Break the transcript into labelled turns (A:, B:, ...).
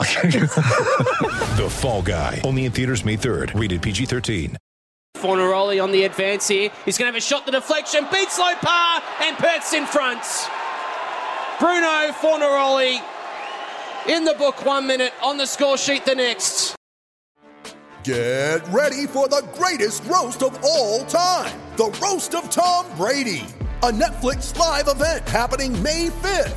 A: The Fall Guy. Only in theaters May 3rd. Rated PG-13.
B: Fornaroli on the advance here. He's going to have a shot, the deflection, beats Lopar, and Perth's in front. Bruno Fornaroli in the book one minute, on the score sheet the next.
C: Get ready for the greatest roast of all time the Roast of Tom Brady, a Netflix live event happening May 5th.